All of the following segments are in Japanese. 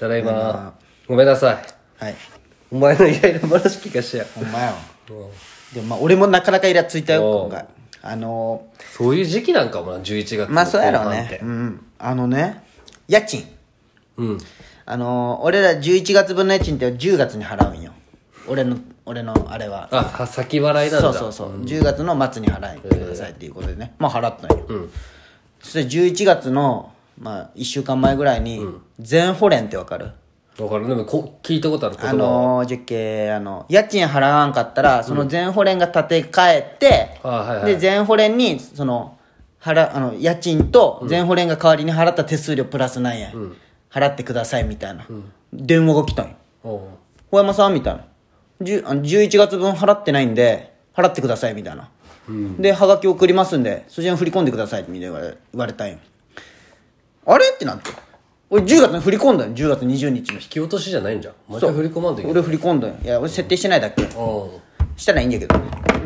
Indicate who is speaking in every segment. Speaker 1: ただいま。ごめんなさい。
Speaker 2: はい
Speaker 1: お前のイライラ話聞かしてや。
Speaker 2: ほんまやわでもまあ俺もなかなかイラついたよ
Speaker 1: おう
Speaker 2: 今回あの
Speaker 1: そういう時期なんかもな、11月
Speaker 2: ーまあそうやろう
Speaker 1: 後半っ
Speaker 2: ね
Speaker 1: て
Speaker 2: うんあのね家賃
Speaker 1: うん。
Speaker 2: あのー俺ら11月分の家賃って10月に払うんよ俺の俺のあれは
Speaker 1: あ、は先払いなんだ。
Speaker 2: そうそうそう、10月の末に払ってくださいっていうことでね、まあ払ったんよ、そして11月の、まあ、1週間前ぐらいに全保連ってわかる、
Speaker 1: だからでもこ聞いたことある言葉
Speaker 2: あのー、じゃっけあの家賃払わんかったらその全保連が立て替えて、
Speaker 1: あはいはい
Speaker 2: で全保連にその払あの家賃と全保連が代わりに払った手数料プラス何円、払ってくださいみたいな、電話が来たんよ
Speaker 1: おう
Speaker 2: 小山さんみたいなじゅあの11月分払ってないんで払ってくださいみたいな、ではがき送りますんでそちらに振り込んでくださいみたいな言われ言われたんよあれってなって俺10月に振り込んだよ10月20日の日
Speaker 1: 引き落としじゃないんじゃん。毎回振り込まんといけない。
Speaker 2: 俺振り込んだよいや俺設定してないだけ
Speaker 1: うん
Speaker 2: したらいいんだけど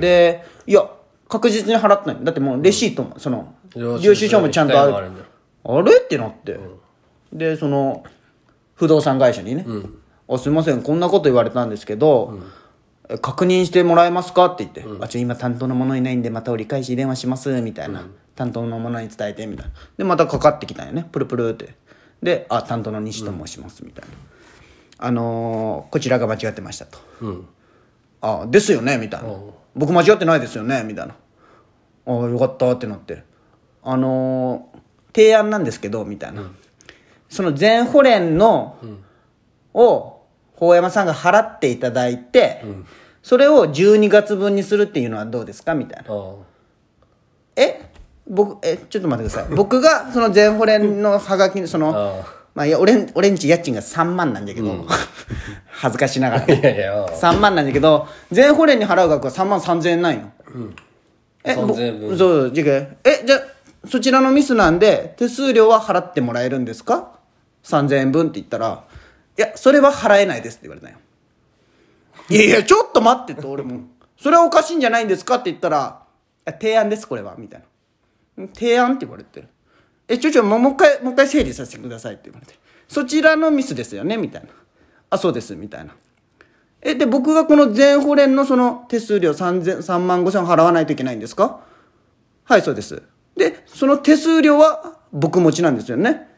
Speaker 2: でいや確実に払ってないだってもうレシートもその
Speaker 1: 領収書
Speaker 2: 領収書もちゃんとあ
Speaker 1: 一回もある
Speaker 2: る
Speaker 1: んだよ
Speaker 2: あれってなって、でその不動産会社にね、あ「すいませんこんなこと言われたんですけど、え確認してもらえますか?」って言って「あちょ今担当の者いないんでまた折り返し電話します」みたいな、担当の者に伝えてみたいなでまたかかってきたんよねプルプルってで「あ担当の西と申します」みたいな「あのーこちらが間違ってました」と。あですよねみたいな僕間違ってないですよねみたいなあよかったってなってあのー提案なんですけどみたいな、その全保連の、を法山さんが払っていただいて、それを12月分にするっていうのはどうですかみたいな
Speaker 1: うん
Speaker 2: え僕えちょっと待ってください僕がその全保連のハガキその
Speaker 1: ああ
Speaker 2: まあいや俺ん俺んち家賃が3万なんだけど、 恥ずかしながら
Speaker 1: いやいや、
Speaker 2: 3万なんだけど全保連に払う額は3万3000円なんよ、えぼ
Speaker 1: 3000円分
Speaker 2: そうそうじゃけえじゃあそちらのミスなんで手数料は払ってもらえるんですか3000円分って言ったら「いやそれは払えないです」って言われたんよ「いやいやちょっと待って」と俺も「それはおかしいんじゃないんですか?」って言ったらあ「提案ですこれは」みたいな「提案」って言われて「えちょちょもうもう一回もう一回整理させてください」って言われて「そちらのミスですよね」みたいな「あそうです」みたいなえで僕がこの全保連のその手数料3000 3万5000払わないといけないんですかはいそうですでその手数料は僕持ちなんですよね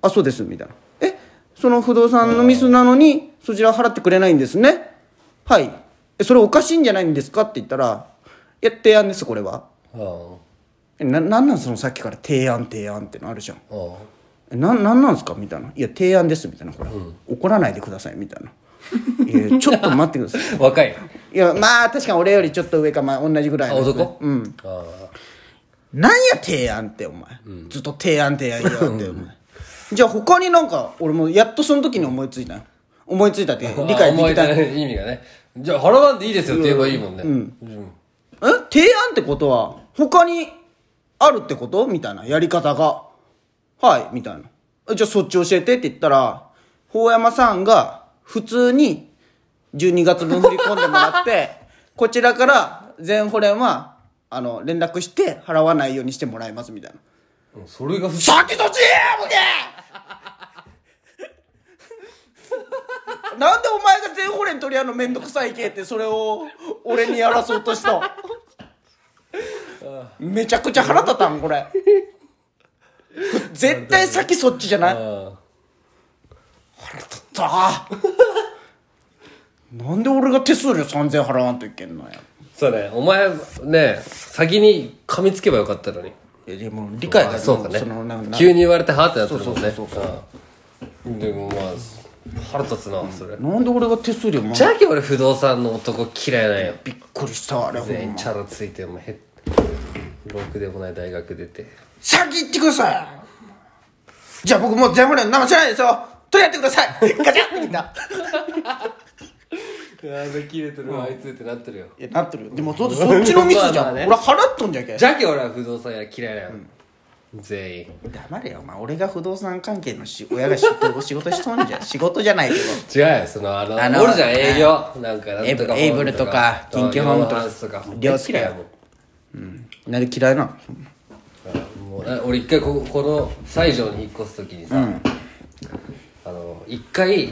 Speaker 2: あそうですみたいなえその不動産のミスなのにそちら払ってくれないんですねはいえそれおかしいんじゃないんですかって言ったらいや提案ですこれは
Speaker 1: うん
Speaker 2: えななんなんそのさっきから提案提案ってのあるじゃん
Speaker 1: うん
Speaker 2: えななんなんですかみたいな「いや提案です」みたいなこれ、怒らないでくださいみたいな「いやちょっと待ってください」
Speaker 1: 若い。
Speaker 2: いやまあ確かに俺よりちょっと上かまあ同じぐらい
Speaker 1: あ、
Speaker 2: の。
Speaker 1: 男うんあ
Speaker 2: なんや提案ってお前、ずっと提案提案提案ってお前じゃあ他になんか俺もやっとその時に思いついたよ思いついたって
Speaker 1: ー
Speaker 2: 理解できた
Speaker 1: あ
Speaker 2: よ
Speaker 1: 思い出ない意味がね。じゃあ、払わんでいいですよって言えばいいもんね。うん
Speaker 2: え提案ってことは他にあるってことみたいなやり方がはいみたいなえじゃあそっち教えてって言ったら法山さんが普通に12月分振り込んでもらって こちらから全保連はあの連絡して払わないようにしてもらいますみたいな
Speaker 1: うん。それが不思
Speaker 2: さっきそっち向けなんでお前が全保連取り合うのめんどくさい系ってそれを俺にやらそうとしためちゃくちゃ腹立たんこれ絶対先そっちじゃない
Speaker 1: 議
Speaker 2: 腹
Speaker 1: うん
Speaker 2: 立ったなんで俺が手数料3000払わんといけんのや
Speaker 1: そうね、お前ね、先に噛みつけばよかったのに。
Speaker 2: いやでも理解が
Speaker 1: あそうかね
Speaker 2: そのなんか
Speaker 1: 急に言われてはーってなってるもんね
Speaker 2: そ
Speaker 1: う
Speaker 2: う
Speaker 1: んでもまあ腹立つなそれ、
Speaker 2: なんで俺が手数料も
Speaker 1: じゃあけ俺不動産の男嫌いなんよ
Speaker 2: びっくりしたあれほんま
Speaker 1: 全員チャラついてお前へっろくでもない大学出て
Speaker 2: 先行ってくださいじゃあ僕もう全部で生知らないですよ取り合ってくださいガチャってみんな
Speaker 1: ああ切れてるわあいつってなってるよ
Speaker 2: いやなってるよでもそそっちのミスじ
Speaker 1: ま
Speaker 2: ゃ
Speaker 1: あま
Speaker 2: ん
Speaker 1: あね
Speaker 2: 俺払っとんじゃけ
Speaker 1: じゃけ俺は不動産屋嫌いなんよ、全員
Speaker 2: 黙れよお前俺が不動産関係のし親が仕事 仕事しとんじゃん仕事じゃないけど
Speaker 1: 違うよそのあの
Speaker 2: あの
Speaker 1: おるじゃん営業なんかなんとか
Speaker 2: エイブ
Speaker 1: ホーム
Speaker 2: エイブルとか緊急ホームとか
Speaker 1: あヨガハウスとか
Speaker 2: 両好きだよ
Speaker 1: もう
Speaker 2: なんで嫌いなの
Speaker 1: もうな俺一回ここの西条に引っ越す時にさ、あの一回、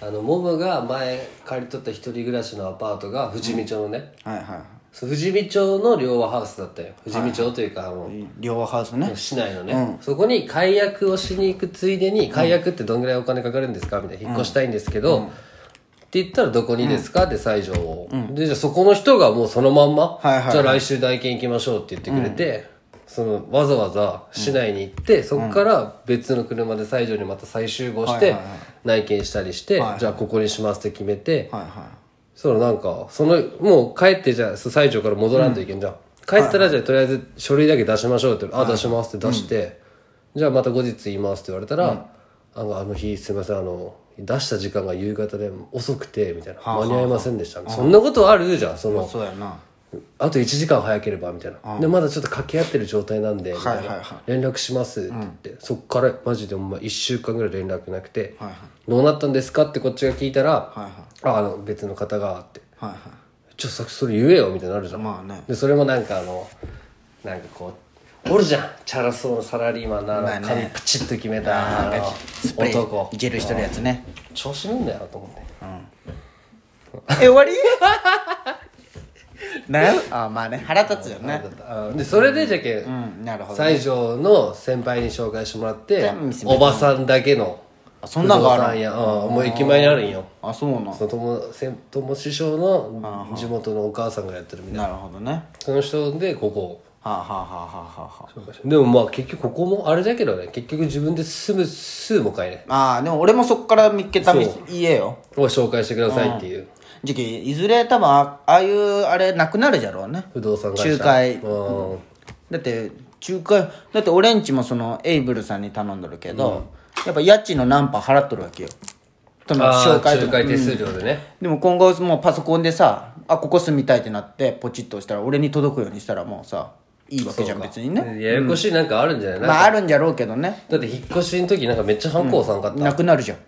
Speaker 1: あのモブが前借り取った一人暮らしのアパートが富士見町のね、
Speaker 2: はいは
Speaker 1: そう富士見町の両和ハウスだったよ富士見町というか、あの
Speaker 2: い両和ハウスね
Speaker 1: 市内のね、そこに解約をしに行くついでに解約ってどんぐらいお金かかるんですかみたいな引っ越したいんですけど、って言ったらどこにですか、って西条を、でじゃあそこの人がもうそのまんま、
Speaker 2: はいはいはい
Speaker 1: じゃあ来週代券行きましょうって言ってくれて、そのわざわざ市内に行って、そこから別の車で西条にまた再集合して、
Speaker 2: はいはいは
Speaker 1: 内見したりして、
Speaker 2: はいはい
Speaker 1: じゃあここにしますって決めて、
Speaker 2: はいは
Speaker 1: そのなんかそのもう帰ってじゃあ西条から戻らんといけんじゃん、帰ったらじゃあとりあえず書類だけ出しましょうって、あ出しますって出して、じゃあまた後日言いますって言われたら、あのあの日すいませんあの出した時間が夕方で遅くてみたいな、
Speaker 2: はあはあ
Speaker 1: 間に合いませんでした、そんなことあるじゃんそ
Speaker 2: いま
Speaker 1: の
Speaker 2: あそうやな
Speaker 1: あと1時間早ければみたいな、でまだちょっと掛け合ってる状態なんで、みたいな
Speaker 2: はいはいは
Speaker 1: 連絡しますって言って、そっからマジでお前1週間ぐらい連絡なくて、
Speaker 2: はいはい
Speaker 1: どうなったんですかってこっちが聞いたら、
Speaker 2: はいはい
Speaker 1: ああの別の方がって
Speaker 2: はいは
Speaker 1: ちょっとそれ言えよみたいになるじゃん、
Speaker 2: まあね
Speaker 1: でそれもなんかあのなんかこうおるじゃんチャラそうなサラリーマンなあの
Speaker 2: まあね
Speaker 1: 髪プチッと決めたあの
Speaker 2: いスプレ
Speaker 1: 男
Speaker 2: ージェルしてるやつね
Speaker 1: 調子乗んだよと思って
Speaker 2: え終わり なるあまあね腹立つよね
Speaker 1: あでそれでじゃけ、
Speaker 2: うんなるほど
Speaker 1: 西条の先輩に紹介してもらって
Speaker 2: 全部娘
Speaker 1: おばさんだけの
Speaker 2: あそんなんがある
Speaker 1: 不動産屋うんもう駅前にあるんよ
Speaker 2: あそうなん
Speaker 1: その友先友師匠の地元のお母さんがやってるみたいな
Speaker 2: なるほどねは
Speaker 1: その人でここ
Speaker 2: あはあはあはあはあ
Speaker 1: でもまあ結局ここもあれだけどね結局自分で住む数も買えない
Speaker 2: ああでも俺もそっから見っけたみ
Speaker 1: そう
Speaker 2: 家よ
Speaker 1: を紹介してくださいっていう
Speaker 2: 時期いずれ多分あああいうあれなくなるじゃろうね
Speaker 1: 不動産会社
Speaker 2: 仲介
Speaker 1: うん
Speaker 2: だって仲介だって俺んちもそのエイブルさんに頼んどるけど、やっぱ家賃の何パー払っとるわけよその
Speaker 1: ああ
Speaker 2: 紹介
Speaker 1: 仲
Speaker 2: とか
Speaker 1: 介手数料でね
Speaker 2: でも今後もうパソコンでさあここ住みたいってなってポチッと押したら俺に届くようにしたらもうさいいわけじゃん別にね
Speaker 1: ややこしいなんかあるんじゃないなん
Speaker 2: ま
Speaker 1: か
Speaker 2: ああるんじゃろうけどね
Speaker 1: だって引っ越しの時なんかめっちゃ反抗さんかった
Speaker 2: なくなるじゃん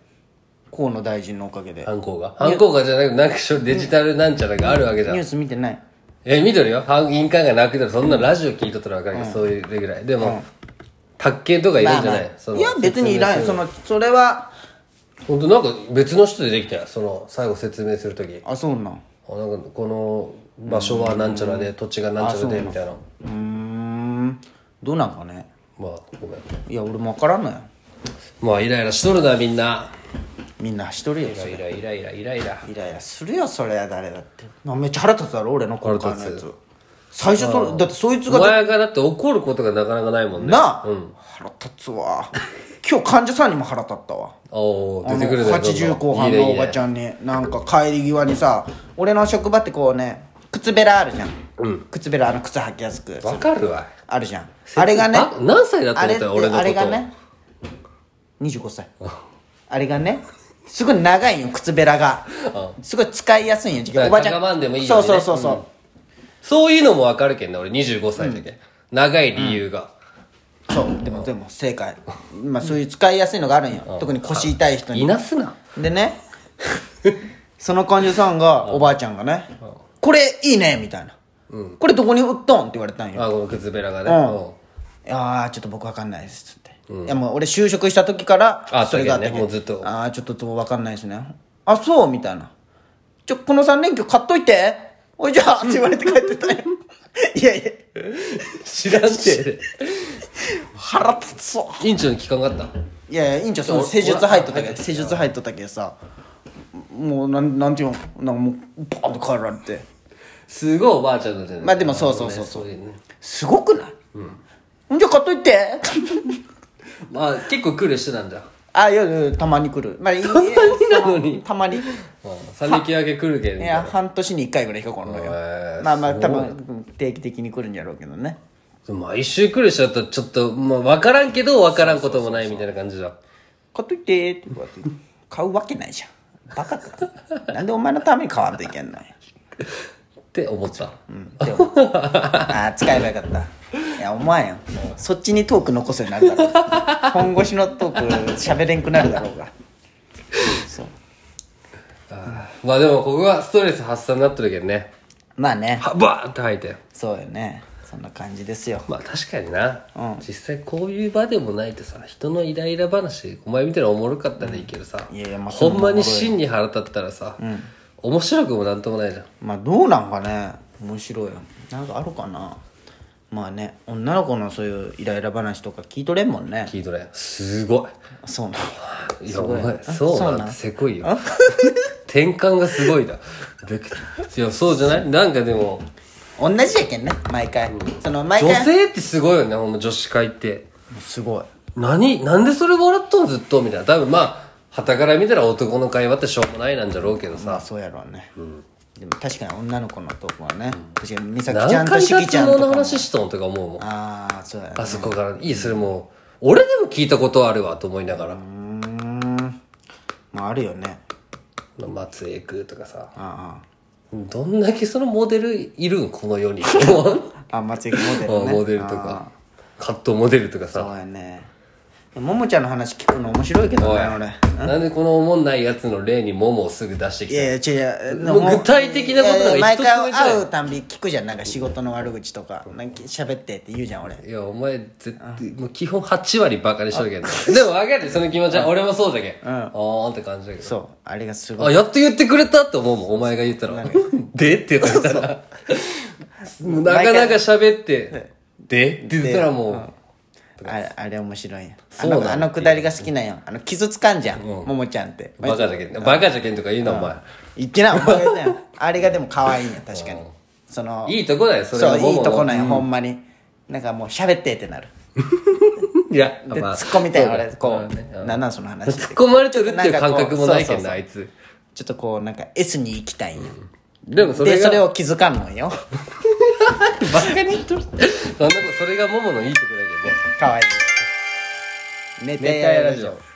Speaker 2: 河野大臣のおかげで
Speaker 1: ハンコが。ハンコがじゃなく、なんかしょデジタルなんちゃらがあるわけじゃ
Speaker 2: ニュ
Speaker 1: ん
Speaker 2: ー。ス見てない
Speaker 1: え、見とるよ。ハン印鑑がなくて、そんなラジオ聞いとったらわかるけど、そういうぐらい。でも、卓球とかいるんじゃないその
Speaker 2: いや別にいらん
Speaker 1: 説
Speaker 2: そ
Speaker 1: 明
Speaker 2: のそれは
Speaker 1: するのほんとなんか別の人でできたよ。その、最後説明するとき。
Speaker 2: あそうなん
Speaker 1: あなんかこの場所はなんちゃらで、土地がなんちゃらで、みたいな。
Speaker 2: うーんどうなんかね
Speaker 1: まあ、ごめん。
Speaker 2: いや俺も分からんのよ
Speaker 1: まあ、イライラしとるな、みんな。
Speaker 2: みんな一人や
Speaker 1: イライライライライライラ。
Speaker 2: イライラするよそれは誰だってなめっちゃ腹立つだろ俺の今回のやつ最初それだってそいつ
Speaker 1: お
Speaker 2: が
Speaker 1: 前がだって怒ることがなかなかないもんね。
Speaker 2: なあ、腹立つわ今日患者さんにも腹立ったわ
Speaker 1: おお
Speaker 2: あ
Speaker 1: 出
Speaker 2: の
Speaker 1: てくるね。
Speaker 2: 80後半のおばち
Speaker 1: ん。
Speaker 2: ゃんになんか帰り際にさ俺の職場ってこうね靴べらあるじゃん、靴べらあの靴履きやすく
Speaker 1: わかるわ。
Speaker 2: あるじゃんあれがね
Speaker 1: ば何歳だと
Speaker 2: あ
Speaker 1: 思
Speaker 2: れっ
Speaker 1: った
Speaker 2: て
Speaker 1: よ俺のこと
Speaker 2: あれがね25歳あれがねすごい長いんよ靴べらがすごい使いやすいんよ時間
Speaker 1: だ
Speaker 2: お
Speaker 1: から
Speaker 2: ばちゃ
Speaker 1: か
Speaker 2: ん
Speaker 1: がまんでもいいよ
Speaker 2: そうう
Speaker 1: にね
Speaker 2: そうそうそう
Speaker 1: そういうのもわかるけんね俺25歳だけ、長い理由が、
Speaker 2: そうでもでも正解まあそういう使いやすいのがあるんよ特に腰痛い人
Speaker 1: い
Speaker 2: に
Speaker 1: なすな
Speaker 2: でねその患者さんがおばあちゃんがね「これいいね」みたいな「これどこに売っとん?」って言われたんよ
Speaker 1: あこの靴べらがね、うん
Speaker 2: いやーちょっと僕わかんないですって、いやもう俺就職した時から
Speaker 1: あ
Speaker 2: それがあった
Speaker 1: そうだよねもうずっと
Speaker 2: ああちょっともうわかんないですねあそうみたいなちょこの3連休買っといておいじゃあって言われて帰ってたよ いやいや
Speaker 1: 知らんて
Speaker 2: 腹立つわ
Speaker 1: 院長に聞かんかった
Speaker 2: いやいや院長その施術入っとったけど施術入っとったけどさもうなんなんていうのなんかもうバーンと帰られて
Speaker 1: すごいおばあちゃんだったよね
Speaker 2: まあでもそうそうそうそう
Speaker 1: ねいうね
Speaker 2: すごくない、うん、じゃあ買っといて
Speaker 1: まあ結構苦慮してたんだ
Speaker 2: あいやいやたまに来る、まあ、たまに
Speaker 1: なのに
Speaker 2: たまに
Speaker 1: 三匹分け来るけん
Speaker 2: い
Speaker 1: ね
Speaker 2: や半年に1回ぐらいかこのよ
Speaker 1: へー
Speaker 2: まあまあ
Speaker 1: す
Speaker 2: 多分定期的に来るんやろうけどね
Speaker 1: 毎週苦慮しちゃったらちょっと、まあ、分からんけど分からんこともないみたいな感じだ
Speaker 2: 買っといてって言われて買うわけないじゃんバカかなんでお前のために買わんといけんのよ
Speaker 1: って思った、
Speaker 2: でもああ使えばよかったいやお前よそっちにトーク残すようになるだろう本腰のトーク喋れんくなるだろうがそう
Speaker 1: まあでもここがストレス発散になってるけどね
Speaker 2: まあね
Speaker 1: はバーンって吐いて
Speaker 2: そうよねそんな感じですよ
Speaker 1: まあ確かにな、
Speaker 2: うん
Speaker 1: 実際こういう場でもないってさ人のイライラ話お前みたいなおもろかったらいいけどさ、
Speaker 2: うんいやいやまあ
Speaker 1: ほんまに真に腹立ったらさ、面白くもなんともないじゃん
Speaker 2: まあどうなんかね面白いよなんかあるかなまあね女の子のそういうイライラ話とか聞いとれんもんね
Speaker 1: 聞いとれすご
Speaker 2: そうなの
Speaker 1: いいやお前
Speaker 2: あ
Speaker 1: そう
Speaker 2: そう
Speaker 1: な
Speaker 2: なんん
Speaker 1: てせこいよ 転換がすごいなべくいやそうじゃないなんかでも
Speaker 2: 同じやけんね毎回、その毎
Speaker 1: 女
Speaker 2: 回
Speaker 1: 性ってすごいよねほんま女子会って
Speaker 2: すごい
Speaker 1: 何なんでそれ笑っとんずっとみたいな多分まあはたから見たら男の会話ってしょうもないなんじゃろうけど
Speaker 2: まあ
Speaker 1: さ、
Speaker 2: そうやろうね、でも確かに女の子のとこはね、確かに美咲ち
Speaker 1: 何
Speaker 2: ゃんと
Speaker 1: 回
Speaker 2: しき
Speaker 1: 脱
Speaker 2: ちゃんと
Speaker 1: 毛
Speaker 2: か
Speaker 1: の
Speaker 2: も
Speaker 1: 話しとんとか思うもん
Speaker 2: ああそうやね
Speaker 1: あそこから、いい、それもう、俺でも聞いたことあるわと思いながら、
Speaker 2: うーんまああるよね
Speaker 1: 松江区とかさ、
Speaker 2: あ
Speaker 1: どんだけそのモデルいるん、この世 に。あ
Speaker 2: あああ松井君モデルね
Speaker 1: モデルとか、カットモデルとか
Speaker 2: ああ
Speaker 1: さ、
Speaker 2: そうやねももちゃんの話聞くの面白いけど
Speaker 1: おい
Speaker 2: ね俺
Speaker 1: なんでこのおもんないやつの例にモモをすぐ出してき
Speaker 2: い
Speaker 1: た
Speaker 2: やいや違う
Speaker 1: もう具体的なことなんか一つも
Speaker 2: 毎
Speaker 1: 言
Speaker 2: 回
Speaker 1: ってない
Speaker 2: 会うたんび聞くじゃんなんか仕事の悪口とかなんか喋ってって言うじゃん俺
Speaker 1: いや、お前、絶対、もう基本8割バカにしとるけどね。でも分かるよその気持ちは。俺もそうだけ。あーんって感じだけど。
Speaker 2: そうあれがすごい
Speaker 1: あ、やっと言ってくれたって思うもん、お前が言ったら。 でって言ったら。もうなかなか喋って、でって言ったらも
Speaker 2: ああれ面白いんやあ
Speaker 1: そうなんだ
Speaker 2: のあのくだりが好きなんよあの傷つかんじゃんももちゃんって
Speaker 1: う、バカじゃけん。バカじゃけんとか言うな、お前。
Speaker 2: 言ってなお前だよあれがでも可愛いんや確かにその
Speaker 1: いいとこだよ、それ
Speaker 2: そ
Speaker 1: は
Speaker 2: ういいとこなん
Speaker 1: い。
Speaker 2: よほんまになんかもう喋ってってなる
Speaker 1: いや、
Speaker 2: で
Speaker 1: まあ
Speaker 2: ツッコみたいな俺
Speaker 1: そ
Speaker 2: こ
Speaker 1: だね
Speaker 2: うなんなんその話
Speaker 1: 突っ込まれてるっていう感
Speaker 2: なんか
Speaker 1: 覚
Speaker 2: こ
Speaker 1: も
Speaker 2: う
Speaker 1: ないけ
Speaker 2: そう
Speaker 1: ん
Speaker 2: そうそ
Speaker 1: な、
Speaker 2: う
Speaker 1: あいつ。
Speaker 2: ちょっとこうなんか S に行きたいんよ
Speaker 1: でもそれ
Speaker 2: で
Speaker 1: が、
Speaker 2: それ
Speaker 1: バ
Speaker 2: を気づかん のよ
Speaker 1: カに言っとる。そんなこと、それがモモのいいとこだけどね。
Speaker 2: 可愛いい寝
Speaker 1: 熱帯夜ラジオ。